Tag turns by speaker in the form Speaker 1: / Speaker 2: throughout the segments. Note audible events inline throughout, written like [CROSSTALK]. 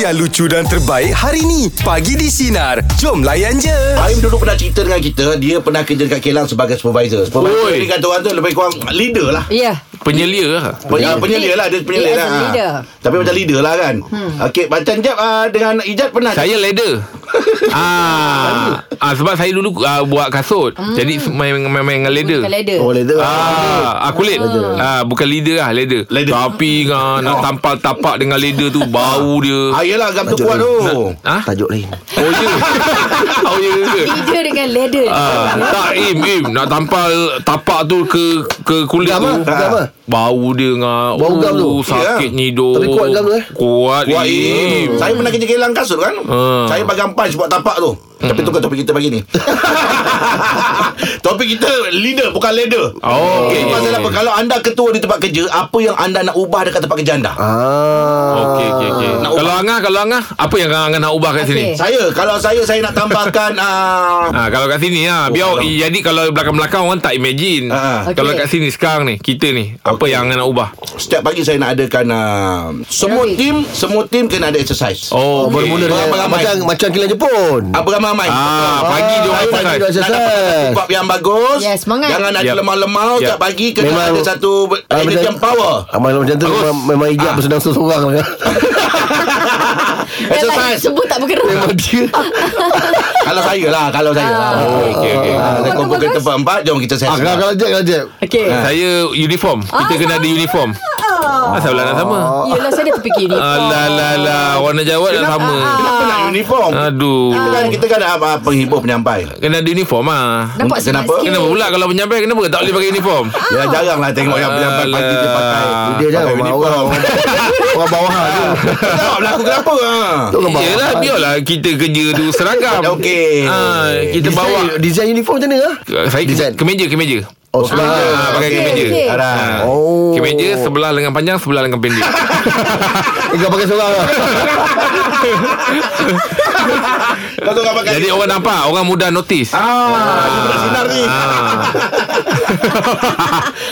Speaker 1: yang lucu dan terbaik hari ni. Pagi di Sinar. Jom layan je.
Speaker 2: Aim dulu pernah cerita dengan kita Dia pernah kerja dekat Kelang Sebagai supervisor Supervisor
Speaker 3: Oi.
Speaker 2: ni kata orang tu Lebih kurang leader lah
Speaker 4: Ya.
Speaker 3: Penyelia lah.
Speaker 2: Pe- ah, Penyelia lah Dia penyelia
Speaker 4: Dia
Speaker 2: lah
Speaker 4: as a leader.
Speaker 2: Tapi macam leader lah kan Okay macam Jeb ah, Dengan Ijat pernah
Speaker 3: Saya [LAUGHS] ladder ah, ah Sebab saya dulu ah, Buat kasut Jadi main, main, main dengan ladder
Speaker 4: Bukan ladder.
Speaker 2: Oh leader ah.
Speaker 3: Ah, ah kulit. Ah bukan leader lah, leather.
Speaker 2: Leather.
Speaker 3: Tapi
Speaker 5: [LAUGHS]
Speaker 3: kan nak tampal tapak dengan leather tu bau
Speaker 2: ah
Speaker 3: [LAUGHS] dia.
Speaker 2: yelah Gam tu kuat tu
Speaker 3: Ah?
Speaker 5: Tajuk lain
Speaker 3: Oh [LAUGHS] ya. Oh ya. ke?
Speaker 4: Leader dengan ladder.
Speaker 3: Ah, tak im im nak tampal tapak tu ke ke kulit
Speaker 5: Gam
Speaker 3: tu.
Speaker 5: ah, gam ah.
Speaker 3: Bau dia ngah.
Speaker 5: Bau gam tu.
Speaker 3: Sakit
Speaker 2: Ya.
Speaker 3: hidung.
Speaker 5: Tapi kuat gam tu, eh?
Speaker 3: Kuat.
Speaker 2: Kuat Im
Speaker 3: im.
Speaker 2: Saya pernah kerja Kelang kasut kan
Speaker 3: Ah.
Speaker 2: Saya pegang punch Buat tapak tu Tapi tukar topik kita pagi ni Topik kita Leader bukan leader
Speaker 3: Oh.
Speaker 2: Ini pasal apa Kalau anda ketua di tempat kerja Apa yang anda nak ubah Dekat tempat kerja anda
Speaker 5: ah.
Speaker 3: Okey okey okey.
Speaker 2: Nak
Speaker 3: Kalau angah kalau angah apa yang angah nak ubah kat sini?
Speaker 4: Okey.
Speaker 2: Saya Kalau saya Saya nak tambahkan [LAUGHS] ah,
Speaker 3: Ha, kalau kat sini ha, biar
Speaker 2: kalau-
Speaker 3: jadi kalau belakang-belakang orang tak imagine.
Speaker 2: Ah.
Speaker 4: Okey.
Speaker 3: Kalau kat sini sekarang ni, kita ni apa
Speaker 2: Okey.
Speaker 3: yang angah nak ubah?
Speaker 2: Setiap pagi saya nak adakan uh, Semua
Speaker 4: Aerobik.
Speaker 2: tim Semua tim kena ada exercise
Speaker 3: Oh, okay.
Speaker 5: Bermula dengan
Speaker 2: Ramai-ramai.
Speaker 5: Macam macam kilang Jepun
Speaker 2: Ah, Beramai-ramai
Speaker 3: Ah, pagi dia orang
Speaker 2: saya nak-
Speaker 3: pakai.
Speaker 5: dia
Speaker 2: Nak dapat
Speaker 5: exercise.
Speaker 2: kop yang bagus
Speaker 4: Yes, semangat.
Speaker 2: Jangan ada
Speaker 3: Yep.
Speaker 2: lemah-lemah
Speaker 3: Yep.
Speaker 2: Setiap pagi Kena
Speaker 5: Memang-
Speaker 2: ada satu
Speaker 5: Ah,
Speaker 2: Energy
Speaker 5: macam-
Speaker 2: yang power
Speaker 5: Ah, Malam macam tu
Speaker 3: Bagus.
Speaker 5: memang, memang ijab bersedang seorang [LAUGHS] lah
Speaker 4: Dah tak,
Speaker 2: Exercise
Speaker 4: sebut tak bergerak.
Speaker 5: Dia
Speaker 2: Kalau saya lah Kalau saya lah
Speaker 3: Okey okey. okey.
Speaker 2: Ah, Saya
Speaker 4: Bagus,
Speaker 2: kumpulkan
Speaker 4: bagus.
Speaker 2: tempat empat Jom kita
Speaker 5: Oh, Ah,
Speaker 2: sesi
Speaker 5: Kalau kalau jep kalau jep
Speaker 4: Okey.
Speaker 3: Ah. Saya uniform. Kita kena ada uniform. Asal pula nak sama?
Speaker 5: Ah.
Speaker 4: Yelah saya dah terfikir ni.
Speaker 3: Alah lah lah Orang nak jawab dah sama
Speaker 2: Kenapa Ah, nak uniform?
Speaker 5: Ah.
Speaker 3: Aduh
Speaker 2: Kita kan, kita kan ah, penghibur penyampai
Speaker 3: Kena ada uniform lah
Speaker 4: Nampak
Speaker 2: Kenapa?
Speaker 4: sikit-sikit.
Speaker 3: Kenapa pula kalau penyampai Kenapa tak boleh pakai uniform
Speaker 2: Ya jarang lah tengok yang penyampai pagi dia pakai
Speaker 3: Alah.
Speaker 5: Dia dah
Speaker 2: pakai
Speaker 5: orang
Speaker 2: uniform.
Speaker 5: orang Orang bawah tu
Speaker 2: [LAUGHS] Tak berlaku kenapa ah?
Speaker 5: Tu orang bawah
Speaker 3: Yelah biarlah Kita kerja tu seragam
Speaker 2: Okey.
Speaker 3: ha, Kita
Speaker 5: Design-
Speaker 3: bawa
Speaker 5: Design uniform macam mana ah?
Speaker 3: Saya
Speaker 5: Design.
Speaker 3: Eh, ke- kemeja Kemeja
Speaker 5: Oh sebelah
Speaker 3: ha, Pakai
Speaker 2: okey,
Speaker 3: kemeja
Speaker 4: okey.
Speaker 2: Arah.
Speaker 3: Ha.
Speaker 5: Oh.
Speaker 3: Kemeja sebelah lengan panjang Sebelah lengan
Speaker 5: [LAUGHS]
Speaker 3: pendek
Speaker 5: Enggak pakai seorang lah
Speaker 2: Kau tu kau pakai
Speaker 3: Jadi orang nampak Orang mudah notice
Speaker 2: Ah, dia budak sinar ni. [LAUGHS]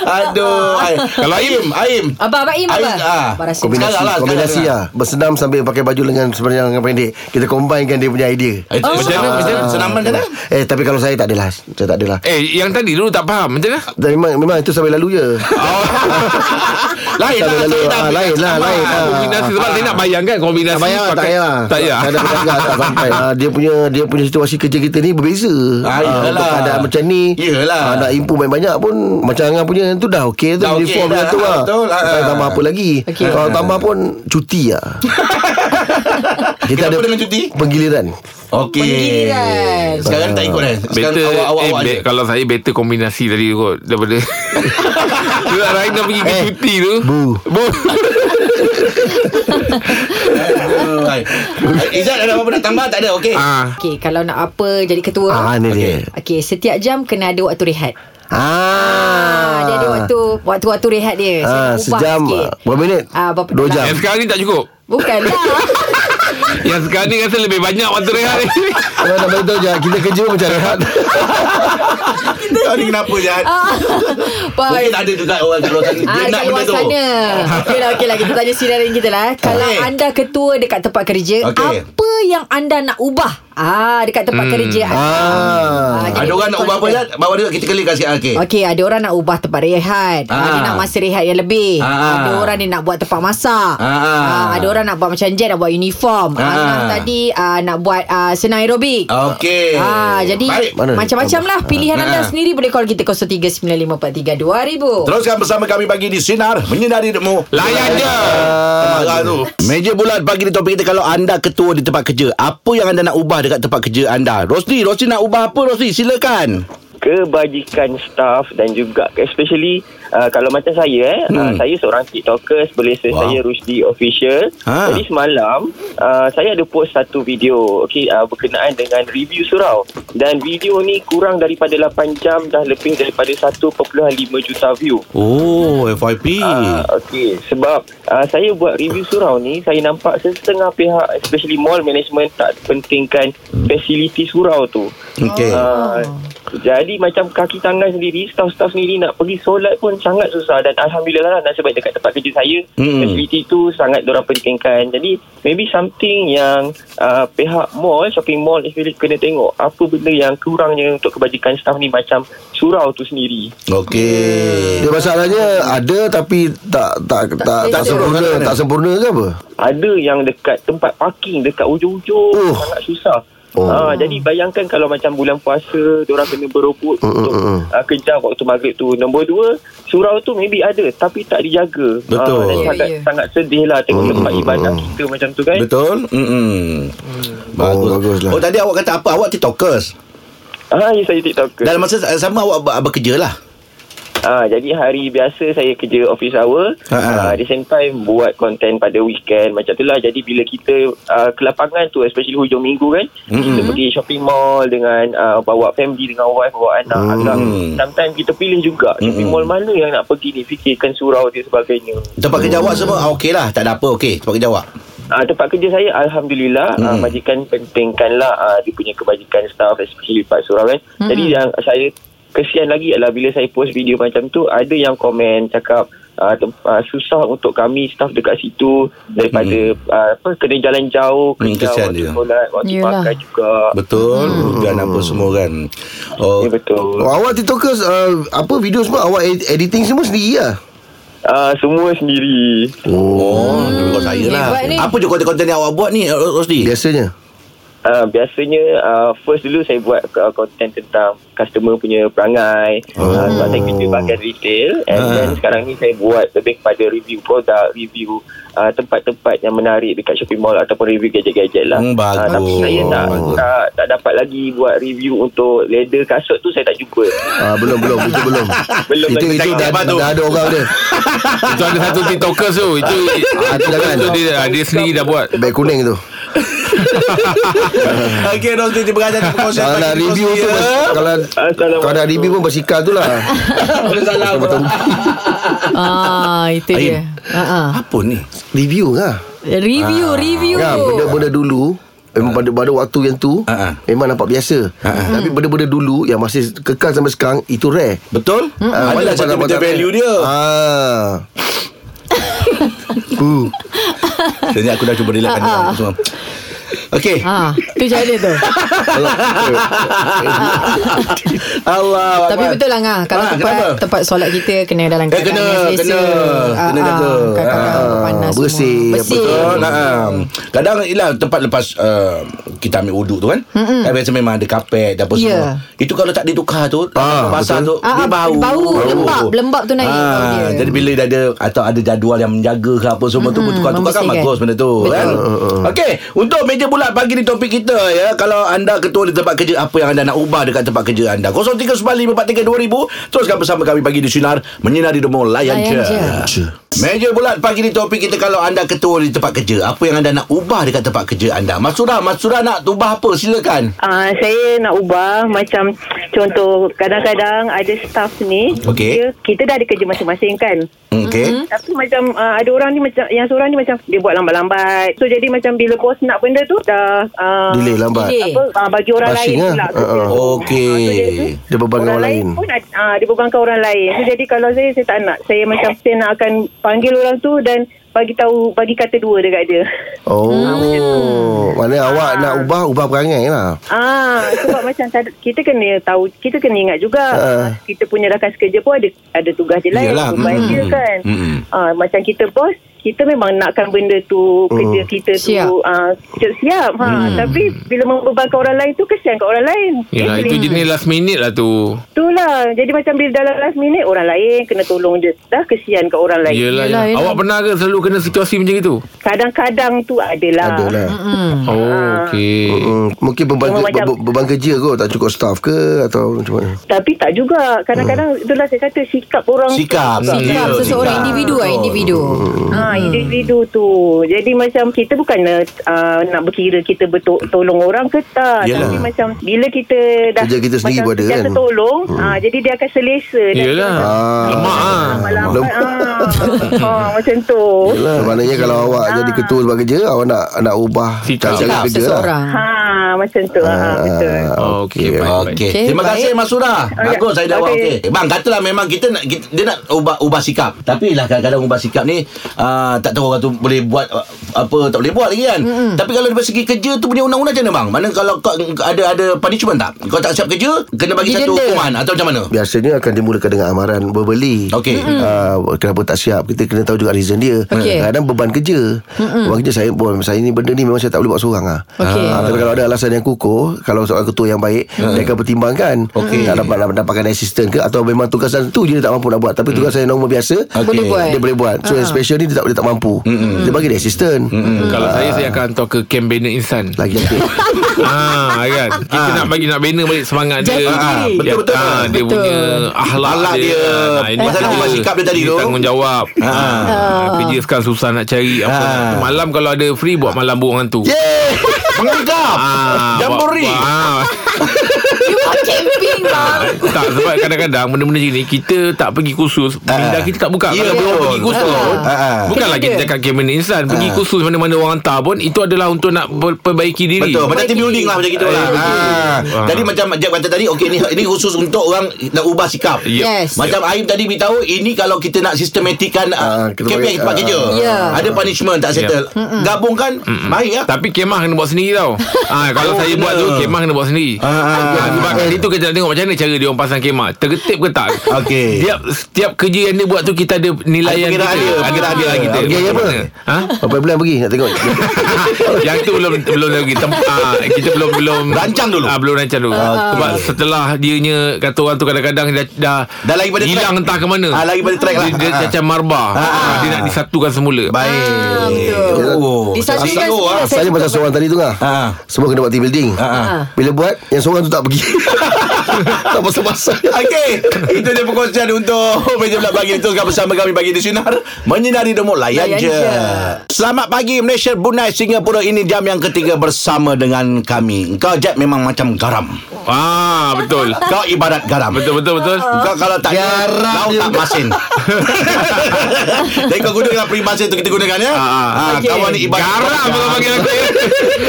Speaker 2: Aduh. Ai. Kalau Aim, Aim.
Speaker 4: Abang, Abang Im apa?
Speaker 2: Aim, ah.
Speaker 4: Abang
Speaker 2: Kombinasi.
Speaker 4: Rasim.
Speaker 5: Kombinasi
Speaker 2: Sekarang lah, sekarang
Speaker 5: Kombinasi
Speaker 2: lah.
Speaker 5: lah Bersenam sambil pakai baju lengan sebenarnya lengan pendek Kita combinekan dia punya idea Ah.
Speaker 2: Eh,
Speaker 4: Oh.
Speaker 3: Macam mana, macam mana?
Speaker 2: Senaman lah. macam mana?
Speaker 5: Eh tapi kalau saya tak adalah Saya tak adalah
Speaker 3: Eh yang tadi dulu tak faham Macam mana
Speaker 5: Dan memang, memang itu sampai lalu je
Speaker 2: Lain lah.
Speaker 5: Sampai lalu
Speaker 2: saya dah
Speaker 5: ah,
Speaker 2: ambil
Speaker 5: Lain lah Lain
Speaker 3: Ah,
Speaker 5: lah
Speaker 3: Kombinasi sebab saya nak bayangkan Kombinasi
Speaker 5: Tak payah, tak
Speaker 3: pakai-
Speaker 5: payah.
Speaker 3: Tak payah
Speaker 5: Tak ada pedagang tak sampai. Ah, dia punya dia punya situasi kerja kita ni berbeza.
Speaker 2: Ah,
Speaker 5: Ah,
Speaker 2: iyalah.
Speaker 5: untuk keadaan macam ni.
Speaker 2: Iyalah.
Speaker 5: ah, nak improve banyak-banyak pun macam Angah punya tu dah okey tu
Speaker 2: Dah okey
Speaker 5: uniform
Speaker 2: dah.
Speaker 5: dia tu lah.
Speaker 2: Betul, ah.
Speaker 5: Tak tambah apa lagi.
Speaker 4: Okey.
Speaker 5: Kalau tambah pun cuti lah.
Speaker 2: [LAUGHS] Kenapa dengan cuti?
Speaker 5: penggiliran.
Speaker 2: Okey.
Speaker 4: Penggiliran.
Speaker 2: Sekarang tak ikut eh. Sekarang
Speaker 3: [LAUGHS] Better
Speaker 2: awak-awak
Speaker 3: eh,
Speaker 2: awak
Speaker 3: be,
Speaker 2: je. [LAUGHS]
Speaker 3: Kalau saya better kombinasi tadi kot Daripada
Speaker 5: [LAUGHS]
Speaker 3: Sebab Rahim dah pergi ke
Speaker 5: Eh,
Speaker 3: cuti tu
Speaker 5: bu.
Speaker 3: Bu
Speaker 2: Aduh, Aim. Izzat ada apa-apa nak tambah? Tak ada, okey.
Speaker 3: ah,
Speaker 4: Okey, kalau nak apa jadi ketua.
Speaker 5: Ah, ni dia.
Speaker 4: Okey, setiap jam kena ada waktu rehat. Ah,
Speaker 5: Ah.
Speaker 4: dia ada waktu waktu-waktu rehat dia. Saya
Speaker 5: Ah,
Speaker 4: nak ubah
Speaker 5: sejam
Speaker 4: sikit.
Speaker 5: berapa minit?
Speaker 4: Ah, berapa-
Speaker 5: Dua jam.
Speaker 3: Yang sekarang ni tak cukup
Speaker 5: [LAUGHS]
Speaker 4: Bukanlah.
Speaker 3: Yang sekarang ni rasa lebih banyak waktu rehat
Speaker 5: [LAUGHS]
Speaker 3: ni
Speaker 5: Kalau nak beritahu je Kita kerja pun macam
Speaker 4: [LAUGHS]
Speaker 5: rehat
Speaker 2: Kau ni kenapa, Jad? Mungkin
Speaker 4: Bye.
Speaker 2: ada juga orang kat luar sana. Dia
Speaker 4: Ah,
Speaker 2: nak benda
Speaker 4: kat luar
Speaker 2: tu. Ah.
Speaker 4: sana. lah, Okeylah, okeylah. Kita tanya sinarin kita lah. Kalau
Speaker 2: Okey.
Speaker 4: anda ketua dekat tempat kerja,
Speaker 2: Okey.
Speaker 4: apa yang anda nak ubah? Ah, dekat tempat kerja.
Speaker 5: Ah.
Speaker 4: jadi
Speaker 2: Ada orang nak
Speaker 4: contoh
Speaker 2: ubah apa,
Speaker 4: dia.
Speaker 2: Jad? Bawa dia kita kelikan sikit. Okey.
Speaker 4: Okey, ada orang nak ubah tempat rehat. Ah.
Speaker 2: Ah.
Speaker 4: Dia nak masa rehat yang lebih.
Speaker 2: Ah.
Speaker 4: Ada orang dia nak buat tempat masak.
Speaker 2: Ah.
Speaker 4: ada orang nak buat macam Jen nak buat uniform.
Speaker 2: Ah.
Speaker 4: Ah. Angah tadi ah, nak buat ah, senam aerobik.
Speaker 2: Okey.
Speaker 4: Ah, jadi
Speaker 2: Baik.
Speaker 5: Mana dia?
Speaker 4: macam-macam lah pilihan
Speaker 2: Ah.
Speaker 4: anda sendiri boleh call kita 0395432000.
Speaker 2: Oh. Teruskan bersama kami pagi di Sinar Menyinari Demo
Speaker 3: Layan je
Speaker 2: Marah tu. Meja bulat pagi di topik kita kalau anda ketua di tempat kerja, apa yang anda nak ubah dekat tempat kerja anda? Rosli, Rosli nak ubah apa Rosli? Silakan.
Speaker 6: kebajikan staff dan juga especially uh, kalau macam saya eh hmm. uh, saya seorang tiktokers boleh saya,
Speaker 2: Wow.
Speaker 6: wow. saya Rusdi official
Speaker 2: Ha.
Speaker 6: ha. jadi semalam uh, saya ada post satu video okey uh, berkenaan dengan review surau dan video ni kurang daripada 8 jam dah lebih daripada 1.5 juta view
Speaker 2: Oh, FYP.
Speaker 6: Ah, Okey, sebab uh, saya buat review surau ni, saya nampak setengah pihak Hmm.
Speaker 2: Ah.
Speaker 6: especially mall management tak pentingkan fasiliti surau tu.
Speaker 2: Okey.
Speaker 6: Uh, Jadi macam kaki tangan sendiri, staff-staff sendiri nak pergi solat pun sangat susah dan alhamdulillah lah nasib baik dekat tempat kerja saya
Speaker 2: Hmm.
Speaker 6: hmm. facility tu sangat diorang pentingkan. Jadi maybe something yang uh, pihak mall, shopping mall actually kena tengok apa benda yang kurangnya untuk kebajikan staff ni macam surau tu sendiri.
Speaker 2: Okey.
Speaker 5: Dia masalahnya ada tapi tak tak tak tak,
Speaker 4: Tak
Speaker 5: sempurna, tak sempurna ke apa?
Speaker 6: Ada yang dekat tempat parking dekat ujung-ujung
Speaker 5: Oh.
Speaker 6: oh. sangat susah.
Speaker 5: Oh.
Speaker 6: Oh. Ha, jadi bayangkan kalau macam bulan puasa Diorang kena berobot
Speaker 5: Mm,
Speaker 6: Untuk
Speaker 5: mm, mm.
Speaker 6: uh, kejar waktu maghrib tu Nombor dua Surau tu maybe ada Tapi tak dijaga
Speaker 2: Betul.
Speaker 6: dan
Speaker 4: Ya,
Speaker 6: sangat,
Speaker 4: ya.
Speaker 6: sangat sedih lah
Speaker 5: Mm,
Speaker 6: Tengok tempat ibadah kita macam tu kan
Speaker 2: Betul? Hmm. Bagus.
Speaker 5: Oh, baguslah.
Speaker 2: Oh, tadi awak kata apa? Awak TikTokers.
Speaker 6: Ah, ya, saya tiktoker
Speaker 2: Dalam masa sama awak ber- bekerja lah.
Speaker 6: Ah, jadi hari biasa saya kerja office hour.
Speaker 2: Ha, ha.
Speaker 6: Ah, at the same time buat konten pada weekend macam tu lah. Jadi bila kita ah, ke lapangan tu especially hujung minggu kan,
Speaker 2: Hmm.
Speaker 6: mm-hmm. kita pergi shopping mall dengan ah, bawa family dengan wife, bawa anak.
Speaker 2: Hmm.
Speaker 6: Mm. Agak sometimes kita pilih juga mm-hmm. shopping mall mana yang nak pergi ni, fikirkan surau dia sebagainya.
Speaker 2: Tempat kerja awak semua ah, okey lah. Tak ada apa okey. Tempat kerja awak.
Speaker 6: Ah, tempat kerja saya alhamdulillah hmm. ah, majikan pentingkanlah ah, dia punya kebajikan staff especially Pak Surau kan. Hmm. Jadi yang saya kesian lagi adalah bila saya post video macam tu ada yang komen cakap ah, tem- ah, susah untuk kami staff dekat situ daripada hmm. ah, apa kena jalan jauh
Speaker 2: Hmm,
Speaker 6: kerja
Speaker 2: kesian
Speaker 6: waktu
Speaker 2: dia.
Speaker 6: solat waktu
Speaker 4: Yelah.
Speaker 6: makan juga.
Speaker 2: Betul. Hujan apa semua kan. Oh.
Speaker 6: Ya, betul.
Speaker 5: Oh, awak TikTokers uh, apa video semua awak ed- editing semua sendiri lah.
Speaker 6: Ah, semua sendiri.
Speaker 2: Oh, lebih kurang saya lah.
Speaker 4: hebat Hmm. ni.
Speaker 2: Apa je konten-konten yang awak buat ni, Rosdi?
Speaker 5: Biasanya.
Speaker 6: Uh, biasanya uh, first dulu saya buat uh, content tentang customer punya perangai oh. uh, sebab saya kerja bahagian retail and
Speaker 2: Ah.
Speaker 6: then sekarang ni saya buat lebih kepada review produk review uh, tempat-tempat yang menarik dekat shopping mall ataupun review gadget-gadget lah
Speaker 2: Hmm, bagus.
Speaker 6: Ah, tapi saya tak, tak, tak dapat lagi buat review untuk leather kasut tu saya tak jumpa
Speaker 5: Ah, belum belum itu belum.
Speaker 6: Belum
Speaker 5: itu
Speaker 6: lagi.
Speaker 5: itu dah,
Speaker 3: Apa
Speaker 5: dah,
Speaker 3: tu?
Speaker 5: ada orang dia.
Speaker 3: Itu ada satu TikTokers tu Itu
Speaker 5: Ah, tu dah kan.
Speaker 3: itu dia, dia sendiri dah buat
Speaker 5: Beg kuning tu.
Speaker 2: Okey, Rosdi, terima kasih atas perkongsian.
Speaker 5: Kalau nak review tu bers- kalau
Speaker 6: Assalamualaikum.
Speaker 5: kalau nak review pun bersikap tu lah. Betul-betul.
Speaker 4: Ah, itu dia. Ha ah.
Speaker 2: Apa ni?
Speaker 5: Review lah.
Speaker 2: Ah.
Speaker 4: Review, review.
Speaker 5: Kan benda-benda dulu Memang pada pada waktu yang tu
Speaker 2: Ah, ah.
Speaker 5: Memang nampak biasa Tapi benda-benda dulu Yang masih kekal sampai sekarang Itu rare
Speaker 2: Betul? Ada
Speaker 5: Ah, mana
Speaker 2: satu
Speaker 5: dapat
Speaker 2: benda
Speaker 5: dapatkan
Speaker 2: Hmm. value
Speaker 5: rare?
Speaker 2: dia.
Speaker 5: Ah. Ah.
Speaker 2: Sebenarnya aku dah cuba
Speaker 4: Ah,
Speaker 2: relaxkan dia apa semua. Okey.
Speaker 4: Ha, tu macam mana
Speaker 2: [LAUGHS]
Speaker 4: tu?
Speaker 2: Allah.
Speaker 4: Tapi
Speaker 2: Akbar.
Speaker 4: betul lah ngah kalau
Speaker 2: Ah,
Speaker 4: tempat
Speaker 2: kenapa?
Speaker 4: tempat solat kita kena dalam
Speaker 2: Eh,
Speaker 4: keadaan
Speaker 2: kena,
Speaker 4: yang selesa. Ah,
Speaker 2: kena. Kena jaga.
Speaker 4: Kakak-kakak
Speaker 5: Ah,
Speaker 4: panas semua.
Speaker 5: bersih, apa
Speaker 4: Bersih.
Speaker 2: Betul nah, um, Kadang ialah tempat lepas uh, Kita ambil uduk tu kan mm Kan biasa memang ada kapet dan Apa
Speaker 4: Ya.
Speaker 2: semua Itu kalau tak ditukar tu
Speaker 5: Ah,
Speaker 2: Pasar tu
Speaker 5: betul.
Speaker 4: Ah,
Speaker 2: Dia
Speaker 4: ah,
Speaker 2: bau Ah,
Speaker 4: bau, lembap, lembap tu naik bau dia.
Speaker 2: Jadi bila dah ada Atau ada jadual yang menjaga ke Apa semua tu Tukar-tukar kan
Speaker 4: membersihkan.
Speaker 2: bagus benda tu
Speaker 4: Betul.
Speaker 2: kan Okey Untuk meja bulat pagi ni topik kita ya Kalau anda ketua di tempat kerja Apa yang anda nak ubah dekat tempat kerja anda 0395432000 Teruskan bersama kami pagi di Sinar Menyinari Demo Layan,
Speaker 4: Layan je.
Speaker 2: je. Meja bulat pagi ni topik kita kalau anda ketua di tempat kerja, apa yang anda nak ubah dekat tempat kerja anda? Mas Surah, Mas Surah nak ubah apa? Silakan.
Speaker 7: Uh, saya nak ubah macam contoh kadang-kadang ada staff ni
Speaker 2: Okey.
Speaker 7: dia, kita dah ada kerja masing-masing kan
Speaker 2: Okey.
Speaker 7: tapi macam uh, ada orang ni macam yang seorang ni macam dia buat lambat-lambat so jadi macam bila bos nak benda tu dah uh,
Speaker 5: Delay lambat
Speaker 4: Delay.
Speaker 7: apa, uh, bagi orang
Speaker 5: Bashing
Speaker 7: lain
Speaker 5: lah.
Speaker 7: pula
Speaker 5: Ah,
Speaker 7: kerja
Speaker 5: ah.
Speaker 7: tu.
Speaker 2: Okey.
Speaker 7: Ah, so dia tu,
Speaker 5: Dia bebankan orang lain.
Speaker 7: pun ada, uh, dia bebankan orang lain so jadi kalau saya saya tak nak saya macam saya nak akan panggil orang tu dan bagi tahu bagi kata dua dekat dia
Speaker 5: Oh Mana awak nak ubah Ubah perangai lah
Speaker 7: Ah, sebab macam kad- kita kena tahu, kita kena ingat juga
Speaker 5: Ah.
Speaker 7: uh. kita punya rakan sekerja pun ada ada tugas dia lain,
Speaker 2: Yelah,
Speaker 7: tugas
Speaker 2: mm.
Speaker 7: dia kan.
Speaker 2: Mm.
Speaker 7: Ah, macam kita bos, kita memang nakkan benda tu kerja kita
Speaker 4: Siap.
Speaker 7: tu ah, kita siap. Ha, tapi bila membebankan orang lain tu kesian kat orang lain.
Speaker 3: Yelah, itu jenis last minute lah tu
Speaker 7: Itulah. Jadi macam bila dalam last minute orang lain kena tolong dia. Dah kesian kat orang lain.
Speaker 3: Yelah,
Speaker 4: Yelah,
Speaker 3: yelah,
Speaker 4: yelah.
Speaker 3: Awak pernah ke selalu kena situasi macam itu?
Speaker 7: Kadang-kadang tu adalah.
Speaker 5: Adalah
Speaker 3: Oh, okey
Speaker 5: lah. Hmm, mungkin beban,
Speaker 7: Cuma
Speaker 5: ke,
Speaker 7: macam-
Speaker 5: be- beban kerja kot Tak cukup staff ke Atau macam mana
Speaker 7: Tapi tak juga. Kadang-kadang itulah saya kata sikap orang tu
Speaker 2: Sikap.
Speaker 4: Sikap
Speaker 2: Ya,
Speaker 4: seseorang
Speaker 2: sikap.
Speaker 4: individu lah,
Speaker 2: Betul.
Speaker 4: individu.
Speaker 7: Ha,
Speaker 5: Hmm.
Speaker 7: individu tu. Jadi macam kita bukan uh, nak berkira kita betul tolong orang ke tak.
Speaker 2: Yelah.
Speaker 7: Tapi macam bila kita dah
Speaker 5: Kerja kita sendiri
Speaker 7: macam
Speaker 5: pun ada
Speaker 7: sentiasa
Speaker 5: kan?
Speaker 7: tolong, hmm. ha, jadi dia akan selesa. Dan
Speaker 3: Yelah
Speaker 7: dia
Speaker 5: Ah.
Speaker 3: Lemak ah.
Speaker 7: akan Lambat. Ha. ha, macam
Speaker 5: [LAUGHS]
Speaker 7: tu.
Speaker 5: Yelah. Maknanya kalau awak jadi ketua sebab kerja Awak nak nak ubah
Speaker 3: Sikap.
Speaker 5: cara
Speaker 4: Sikap
Speaker 5: kerja lah.
Speaker 4: seseorang.
Speaker 7: Ha, ah, macam tu. Ah,
Speaker 3: Okey, baik,
Speaker 7: betul.
Speaker 3: baik.
Speaker 2: Oh, Okey.
Speaker 4: Okey,
Speaker 2: Okay, Terima
Speaker 4: baik.
Speaker 2: kasih Mas Surah.
Speaker 7: Okey.
Speaker 2: Bagus saya jawab okey.
Speaker 7: Okey.
Speaker 2: Okay. Bang katalah memang kita nak kita, dia nak ubah ubah sikap. Tapi lah kadang-kadang ubah sikap ni uh, tak tahu orang tu boleh buat uh, apa tak boleh buat lagi kan. Mm-hmm. Tapi kalau dari segi kerja tu punya undang-undang macam mana bang? Mana kalau kau ada ada punishment tak? Kau tak siap kerja kena bagi
Speaker 4: Didenda.
Speaker 2: satu hukuman atau macam mana?
Speaker 5: biasanya akan dimulakan dengan amaran berbeli.
Speaker 2: Okey.
Speaker 5: Mm. Uh, kenapa tak siap? Kita kena tahu juga reason dia. Ah,
Speaker 4: Okey.
Speaker 5: Kadang beban kerja. Mm-mm. Beban kerja saya pun saya ni benda ni memang saya tak boleh buat seorang ah.
Speaker 4: Okey.
Speaker 5: Ah, tapi kalau ada alasan yang kukuh, kalau seorang ketua yang baik, dia akan pertimbangkan.
Speaker 2: Mm. Okey.
Speaker 5: Tak dapat nak dapatkan assistant ke atau memang tugasan tu je dia tak mampu nak buat. Tapi tugas saya normal biasa
Speaker 2: Mm. Okey.
Speaker 4: Boleh buat. Ah.
Speaker 5: dia boleh buat. So yang special ni dia tak dia tak mampu. Mm-mm. Dia bagi dia assistant. Mm-mm.
Speaker 3: Hmm. Kalau saya Saya akan hantar ke Camp banner insan
Speaker 5: Lagi
Speaker 2: [LAUGHS]
Speaker 5: cantik.
Speaker 3: ah, kan Kita nak bagi Nak banner balik Semangat
Speaker 4: Jati
Speaker 3: dia
Speaker 4: diri.
Speaker 3: Ah,
Speaker 2: Betul-betul.
Speaker 3: ah, Dia
Speaker 4: Betul.
Speaker 3: punya Ahlak,
Speaker 2: Ahlak dia.
Speaker 3: Ah, ini
Speaker 2: Pasal
Speaker 3: kita-
Speaker 2: apa sikap dia tadi
Speaker 3: ini
Speaker 2: tu?
Speaker 3: Tanggungjawab ah. Ah. Kerja sekarang susah nak cari apa.
Speaker 2: Ah.
Speaker 3: Malam kalau ada free Buat malam buangan tu
Speaker 2: Yeay. Mengagap.
Speaker 3: Ah,
Speaker 2: Jambori.
Speaker 3: buat- buat- ah.
Speaker 4: You buat camping
Speaker 2: Ah,
Speaker 4: bang
Speaker 3: tak sebab kadang-kadang benda-benda macam ni kita tak pergi kursus minda kita tak buka
Speaker 2: Ya,
Speaker 3: Kalau
Speaker 2: betul.
Speaker 3: kita pergi kursus
Speaker 2: Ah, ah.
Speaker 3: bukan lagi
Speaker 4: Betul.
Speaker 3: cakap kemen insan pergi kursus mana-mana orang hantar pun itu adalah untuk nak per- perbaiki diri
Speaker 2: Betul, macam team building lah macam gitu lah. Ha.
Speaker 3: Ah.
Speaker 2: Jadi macam Jeb kata tadi, okey ni ini khusus untuk orang nak ubah sikap.
Speaker 4: Yes.
Speaker 2: Macam Aib tadi beritahu ini kalau kita nak sistematikkan uh,
Speaker 5: Ah, kita
Speaker 2: KPI
Speaker 5: bagi-
Speaker 2: tempat
Speaker 5: ah,
Speaker 2: kerja.
Speaker 4: Ya.
Speaker 2: Ada punishment tak settle. Gabungkan baik lah.
Speaker 3: tapi kemah kena buat sendiri
Speaker 2: [LAUGHS]
Speaker 3: tau ha, Kalau
Speaker 2: Oh,
Speaker 3: saya
Speaker 2: kena.
Speaker 3: buat tu Kemah kena buat sendiri
Speaker 2: Ah,
Speaker 3: ha, Sebab kali tu kita nak tengok Macam mana cara dia orang pasang kemah Tergetip ke tak
Speaker 2: Okey.
Speaker 3: Setiap setiap kerja yang dia buat tu Kita ada
Speaker 2: Ada
Speaker 3: nilaian kita
Speaker 2: perkiraan dia, perkiraan dia.
Speaker 3: perkiraan kita
Speaker 5: Perkiraan apa?
Speaker 3: Ha?
Speaker 5: Apa bulan pergi nak
Speaker 4: [LAUGHS]
Speaker 5: tengok.
Speaker 3: [LAUGHS] Yang tu belum belum lagi tem, ah, kita belum belum
Speaker 2: Rancang dulu.
Speaker 3: Ah, belum rancang dulu. Sebab setelah dianya kata orang tu kadang-kadang dah dah,
Speaker 2: Dah lari pada
Speaker 3: hilang
Speaker 2: track.
Speaker 3: entah ke mana.
Speaker 2: Ah, lari pada track lah.
Speaker 3: Dia, dia
Speaker 2: Ah.
Speaker 3: macam marba. Ah, dia nak disatukan semula.
Speaker 2: Baik.
Speaker 4: Ah, betul.
Speaker 2: Oh.
Speaker 4: Disatukan
Speaker 2: Asal tu,
Speaker 4: semula.
Speaker 2: ah.
Speaker 5: Saya pasal seorang tadi tu lah.
Speaker 2: Ah.
Speaker 5: Semua kena buat team building.
Speaker 2: Ah.
Speaker 5: Bila buat yang seorang tu tak pergi. [LAUGHS] tak pasal-pasal.
Speaker 2: Okey, itu dia perkongsian untuk meja bulat pagi itu bersama kami pagi di sinar menyinari demo layan,
Speaker 4: Layan
Speaker 2: je.
Speaker 4: je.
Speaker 2: Selamat pagi Malaysia, Brunei, Singapura. Ini jam yang ketiga bersama dengan kami. Kau Jeb memang macam garam.
Speaker 3: Ah, betul.
Speaker 2: Kau ibarat garam.
Speaker 3: Betul betul betul.
Speaker 2: Kau kalau tak
Speaker 5: Garam
Speaker 2: Kau
Speaker 5: dia.
Speaker 2: tak
Speaker 3: [LAUGHS]
Speaker 2: masin Jadi kau gunakan peribahasan tu Kita gunakan
Speaker 3: Ah,
Speaker 2: ya ha, okay. Kawan ni ibarat
Speaker 3: Garam kalau panggil aku. eh?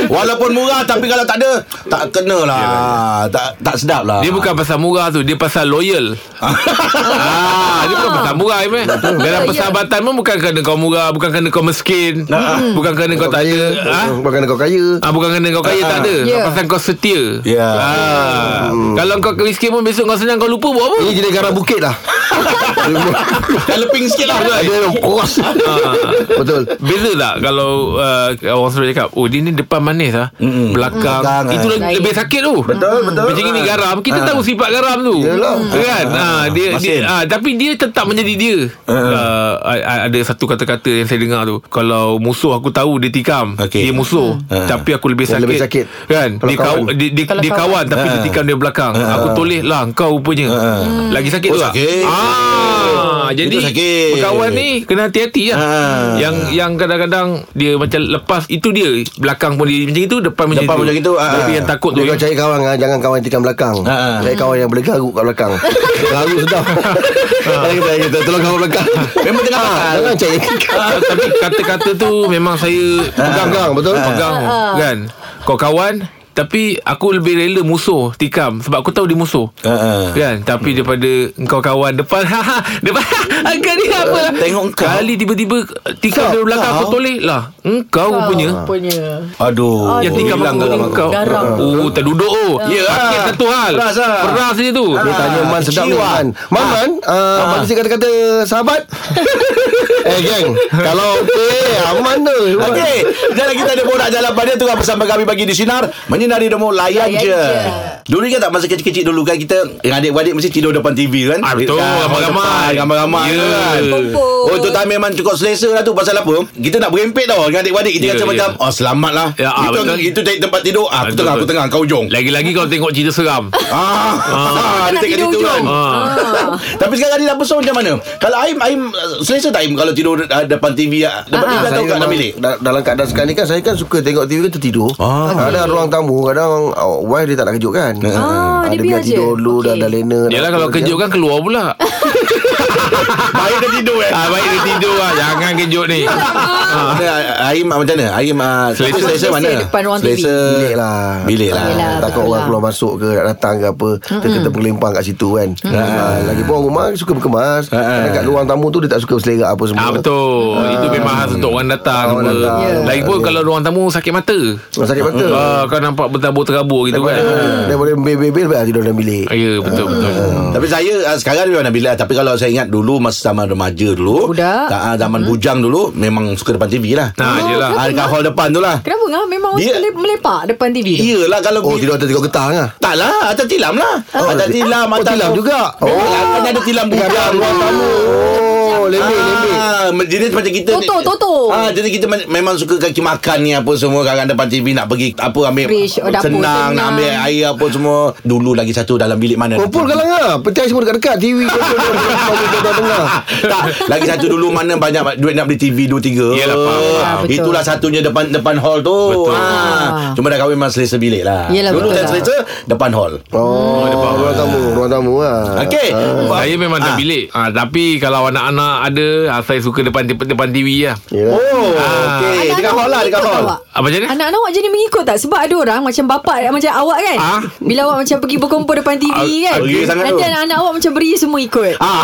Speaker 2: Walaupun murah Tapi kalau tak ada Tak kena lah tak, tak sedap lah
Speaker 3: Ya, Dia bukan pasal murah tu Dia pasal loyal ah, Dia bukan pasal murah Im, eh. Dalam
Speaker 4: Ya.
Speaker 3: persahabatan pun Bukan kerana kau murah Bukan kerana kau miskin
Speaker 2: Ah.
Speaker 3: Bukan kerana kau tak ada Ah?
Speaker 5: Bukan kau kaya.
Speaker 3: Ah bukan kerana kau kaya tak ada.
Speaker 4: Ya.
Speaker 3: Yeah. Pasal kau setia.
Speaker 2: Ya. Hmm.
Speaker 3: Ah. Kalau kau miskin pun besok kau senang kau lupa buat apa?
Speaker 2: Ya.
Speaker 5: Ini jenis garam bukit lah.
Speaker 2: Dah leping sikit lah
Speaker 5: Ada yang kuas. [LAUGHS] Betul.
Speaker 3: Beza tak kalau uh, orang selalu cakap Oh dia ni depan manis lah mm Belakang,
Speaker 2: Belakang,
Speaker 3: Itu
Speaker 2: ah.
Speaker 3: lagi- lebih sakit tu
Speaker 2: Betul, betul.
Speaker 3: Macam ni
Speaker 2: Ah.
Speaker 3: garam Kita tahu sifat garam tu
Speaker 5: Yalah.
Speaker 3: Kan ah, dia,
Speaker 2: Masin.
Speaker 3: dia, ah, Tapi dia tetap menjadi dia Ah, a- a- Ada satu kata-kata yang saya dengar tu Kalau musuh aku tahu dia tikam
Speaker 2: Okey. Ah.
Speaker 3: Dia musuh Tapi aku lebih sakit
Speaker 5: Yang lebih sakit.
Speaker 3: Kan
Speaker 5: Kalau
Speaker 3: Dia kawan,
Speaker 5: kawan.
Speaker 3: dia, dia, dia kawan Tapi
Speaker 2: Ah.
Speaker 3: dia tikam dia belakang Aku toleh lah kau rupanya Hmm. Lagi sakit
Speaker 2: Oh,
Speaker 3: tu tak?
Speaker 2: sakit.
Speaker 3: Ah, Jadi
Speaker 2: Itu sakit.
Speaker 3: berkawan ni kena hati-hati lah
Speaker 2: Ah.
Speaker 3: Yang yang kadang-kadang dia macam lepas itu dia belakang pun dia macam itu depan macam
Speaker 2: Depan
Speaker 3: itu.
Speaker 2: macam itu, ah.
Speaker 3: Tapi yang takut tu.
Speaker 5: Dia Ha, kau cari kawan ah, Jangan kawan yang tikam belakang
Speaker 2: Ah, ah.
Speaker 5: Cari kawan yang boleh garuk kat belakang Garuk [LAUGHS] sedap Kalau kita kita Tolong kawan belakang Ah,
Speaker 2: Memang tengah pasal.
Speaker 5: Jangan cari yang tikam.
Speaker 3: Ah, Tapi kata-kata tu memang saya
Speaker 2: Ah.
Speaker 3: pegang
Speaker 5: Pegang, betul?
Speaker 3: Pegang kan. Kau kawan tapi aku lebih rela musuh tikam sebab aku tahu dia musuh.
Speaker 2: Ah, ah.
Speaker 3: Kan tapi daripada engkau kawan depan [LAUGHS] ha depan engkau ni apa?
Speaker 2: Tengok engkau.
Speaker 3: Kali tiba-tiba tikam dari belakang
Speaker 2: Ah,
Speaker 3: aku
Speaker 2: Kau. Ah.
Speaker 3: toleh lah. Engkau rupanya.
Speaker 4: Punya
Speaker 2: Aduh
Speaker 3: Yang tikam
Speaker 2: hilang
Speaker 3: aku
Speaker 2: garam
Speaker 3: engkau
Speaker 4: Garam.
Speaker 3: Oh terduduk oh yeah. Sakit satu hal
Speaker 2: Peras lah.
Speaker 3: Peras dia tu
Speaker 5: Dia tanya Man sedap ni
Speaker 2: Jiwa.
Speaker 5: Man Man Man ah, Bagi saya kata-kata [LAUGHS] Sahabat Eh geng Kalau okey Aman tu
Speaker 2: Okey, jalan kita ada borak jalan pada tu bersama kami bagi di sinar menyinari demo layan,
Speaker 4: Layan
Speaker 2: je.
Speaker 4: je.
Speaker 2: Dulu kan tak masa kecil-kecil dulu kan kita dengan adik-adik mesti tidur depan TV kan.
Speaker 3: Ah, betul,
Speaker 2: Kan,
Speaker 3: ramai-ramai.
Speaker 2: depan, Ramai-ramai
Speaker 3: Ya.
Speaker 2: yeah. kan.
Speaker 4: Kumpul.
Speaker 2: Oh, tu time memang cukup selesa lah tu pasal apa? Kita nak berempit tau dengan adik-adik kita
Speaker 3: Ya,
Speaker 2: rasa
Speaker 3: ya.
Speaker 2: macam oh selamat lah.
Speaker 3: Ya, ah,
Speaker 2: itu
Speaker 3: betul.
Speaker 2: itu cari tempat tidur. Ah, aku
Speaker 3: Betul,
Speaker 2: tengah aku
Speaker 3: betul.
Speaker 2: tengah kau ujung.
Speaker 3: Lagi-lagi kau tengok cerita seram
Speaker 2: [LAUGHS] Ah, ah, dia
Speaker 4: nak
Speaker 2: cakap
Speaker 4: tidur
Speaker 2: gitu kan.
Speaker 4: hujung.
Speaker 2: Tapi sekarang ni dah besar macam mana? Kalau Aim, Aim uh, selesa tak Aim kalau tidur uh, depan TV? uh, Depan
Speaker 5: ah,
Speaker 2: TV atau kat dalam bilik?
Speaker 5: da- dalam keadaan sekarang ni kan Saya kan suka tengok TV kan tertidur ah. Kadang ruang tamu Kadang oh, Wife dia tak nak kejutkan
Speaker 4: Ah, dia biar je.
Speaker 5: tidur dulu
Speaker 4: Okey.
Speaker 5: Dah, dah lena dah
Speaker 3: Yalah
Speaker 5: apa
Speaker 3: kalau
Speaker 5: dia.
Speaker 3: kejut kan keluar pula
Speaker 2: Baik dah tidur eh.
Speaker 3: Ah, baik dia tidur lah. Jangan kejut ni.
Speaker 2: Ah. Aim ah, macam mana? Aim ah,
Speaker 3: Selesa.
Speaker 2: selesa, selesa mana?
Speaker 4: Selesa depan orang TV.
Speaker 2: selesa.
Speaker 5: Bilik lah
Speaker 2: Bilik lah.
Speaker 4: Yelah,
Speaker 5: Takut
Speaker 4: betul
Speaker 5: orang
Speaker 4: lah.
Speaker 5: keluar masuk ke Nak datang ke apa Kita tergelempang kat situ kan Ah, Lagipun rumah suka berkemas Kadang kat luar tamu tu Dia tak suka berselerak apa semua
Speaker 3: Ah betul. Itu memang khas untuk orang datang.
Speaker 5: Orang
Speaker 3: apa.
Speaker 5: datang. Ya.
Speaker 3: Lagipun kalau orang tamu sakit mata.
Speaker 5: Sakit mata
Speaker 3: Ah, kau nampak bertabur-terabur gitu kan.
Speaker 5: Daripada bebel-bebel Baik tidur dalam bilik
Speaker 3: Ah, Ya, betul betul.
Speaker 2: Tapi saya ah, sekarang memang bila tapi kalau saya ingat dulu masa zaman remaja dulu,
Speaker 4: Budak.
Speaker 2: tak, ah, zaman bujang dulu memang suka depan TV lah.
Speaker 3: Ah, yelah.
Speaker 2: Ah, dekat hall depan tu lah.
Speaker 4: Kenapa ngah? Memang orang
Speaker 2: Dia-
Speaker 4: suka lep- melepak depan TV tu?
Speaker 2: Iyalah kalau
Speaker 5: Oh tidur atas tiga getah lah
Speaker 2: Tak lah Atas tilam lah oh, Atas tilam
Speaker 5: Oh,
Speaker 2: atas
Speaker 5: tilam juga.
Speaker 2: Oh Kan ada tilam buka
Speaker 5: Luar tamu Oh lembik-lembik
Speaker 2: Ah, jenis macam kita
Speaker 4: Toto,
Speaker 2: ni-
Speaker 4: Toto.
Speaker 2: Ah, jadi kita me- memang suka kaki makan ni apa semua kadang depan TV nak pergi apa ambil
Speaker 4: Fridge, oh, dapur,
Speaker 2: senang nak
Speaker 4: senang.
Speaker 2: ambil air apa semua. Dulu lagi satu dalam bilik mana.
Speaker 5: Kumpul kalang lah Petai semua dekat-dekat TV Kumpul tengah
Speaker 2: [LAUGHS] tak, lagi satu dulu mana banyak duit nak beli TV 2 3.
Speaker 3: Yelah, faham,
Speaker 4: faham. Betul.
Speaker 2: Itulah satunya depan depan hall tu.
Speaker 3: Betul.
Speaker 2: Ah. Cuma dah kahwin memang selesa bilik lah.
Speaker 4: Yelah,
Speaker 2: dulu
Speaker 4: betul
Speaker 2: tak
Speaker 4: lah.
Speaker 2: selesa depan hall.
Speaker 5: Oh Ruang tamu Ruang tamu lah
Speaker 2: Okey.
Speaker 3: Saya memang tak bilik. Ah, tapi kalau anak-anak ada, ah, saya suka depan depan TV lah.
Speaker 5: Yelah.
Speaker 2: Oh, okey. Dekat hall lah, dekat hall.
Speaker 3: Ah, macam mana?
Speaker 4: Anak-anak awak jadi mengikut tak? Sebab ada orang macam bapak macam awak kan.
Speaker 3: Ah.
Speaker 4: Bila awak macam pergi berkumpul depan TV
Speaker 3: Ah,
Speaker 4: kan.
Speaker 2: okey sangat
Speaker 4: Nanti
Speaker 2: tu.
Speaker 4: anak-anak awak macam beri semua ikut.
Speaker 2: Ah.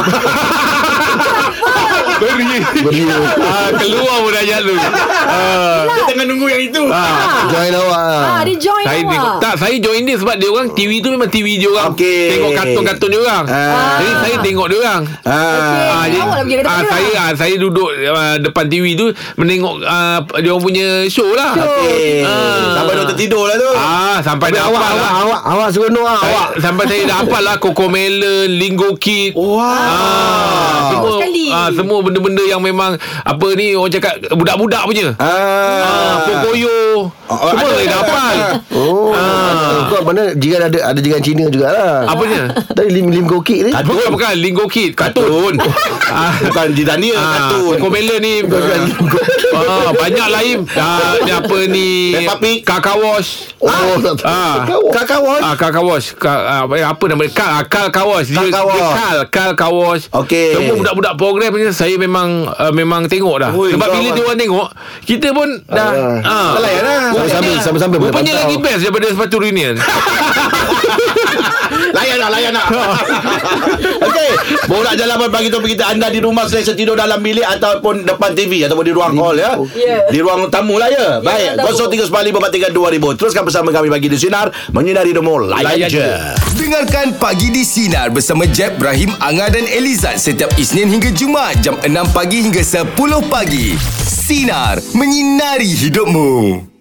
Speaker 3: Beri. Ah, keluar pun ayat tu. Ah,
Speaker 2: Kita tengah nunggu yang itu.
Speaker 3: ah.
Speaker 5: Join awak lah.
Speaker 4: Ah, dia join
Speaker 3: Saya tengok,
Speaker 4: awak.
Speaker 3: tak saya join dia sebab dia orang TV tu memang TV dia orang.
Speaker 2: Okey.
Speaker 3: Tengok kartun-kartun dia orang.
Speaker 2: Ah.
Speaker 3: Jadi saya tengok dia orang.
Speaker 2: Ah.
Speaker 4: Ah,
Speaker 3: jadi-
Speaker 4: awak lah pergi dekat
Speaker 3: ah,
Speaker 4: dia.
Speaker 3: saya ah, saya duduk ah, depan TV tu menengok ah, dia orang punya show lah.
Speaker 2: Okey.
Speaker 3: Ah.
Speaker 2: Sampai doktor tidur lah tu.
Speaker 3: Ah sampai
Speaker 5: Tapi
Speaker 3: dah
Speaker 5: awak,
Speaker 3: awak
Speaker 5: awak,
Speaker 3: lah.
Speaker 5: awak, awak seronok lah
Speaker 3: Saya,
Speaker 5: awak.
Speaker 3: sampai saya dah hafal lah Kokomela, Lingo Kid.
Speaker 2: Wah.
Speaker 3: Ah, semua
Speaker 4: Sekali.
Speaker 3: ah, semua benda-benda yang memang apa ni orang cakap budak-budak punya.
Speaker 2: Ah.
Speaker 3: Ah, Pocoyo.
Speaker 2: Ah,
Speaker 3: semua
Speaker 2: ada.
Speaker 3: saya dah hafal.
Speaker 5: Oh. Ah. Kau mana jiran ada ada jiran Cina jugalah.
Speaker 3: Apa dia?
Speaker 5: Tadi lim lim gokik ni.
Speaker 3: Bukan bukan Lingo Kid, kartun. ah,
Speaker 2: Bukan di Daniel
Speaker 3: Ah,
Speaker 2: kartun.
Speaker 3: Kokomela ni [LAUGHS] ah, Banyak lain ah, dia Apa ni
Speaker 2: Peppa Pig.
Speaker 3: Kakak Wash
Speaker 5: Oh, tak tahu.
Speaker 3: Ah.
Speaker 5: Kakak.
Speaker 2: Kakak Won.
Speaker 3: Ah, kakak wash Ka, ah, Apa nama dia Kal, ah, Kal Kawash dia,
Speaker 2: Kal
Speaker 3: dia
Speaker 2: Kawash.
Speaker 3: Kal Kal Kawash
Speaker 2: Okey.
Speaker 3: Semua budak-budak program ni Saya memang uh, Memang tengok dah
Speaker 2: Ui,
Speaker 3: Sebab
Speaker 2: kau
Speaker 3: bila
Speaker 2: abang.
Speaker 3: dia orang tengok Kita pun dah
Speaker 5: Ah.
Speaker 3: ah.
Speaker 2: Tak layan lah.
Speaker 5: Sambil-sambil sambil-sambil boleh
Speaker 3: Rupanya
Speaker 5: pantau.
Speaker 3: lagi best Daripada sepatu reunion
Speaker 2: Layan lah, layan lah. [LAUGHS] Okey. Borak jalanan bagi topik kita anda di rumah selesa tidur dalam bilik ataupun depan TV ataupun di ruang hall ya.
Speaker 4: Ya.
Speaker 2: Di ruang tamu lah ya. Baik.
Speaker 4: ruang tamu.
Speaker 2: 0395432000. Teruskan bersama kami bagi di sinar menyinari demo layan
Speaker 3: Layan
Speaker 2: je.
Speaker 3: je.
Speaker 1: Dengarkan Pagi di Sinar bersama Jeb, Ibrahim, Anga dan Elizad setiap Isnin hingga Jumaat jam 6 pagi hingga 10 pagi. Sinar. Menyinari hidupmu.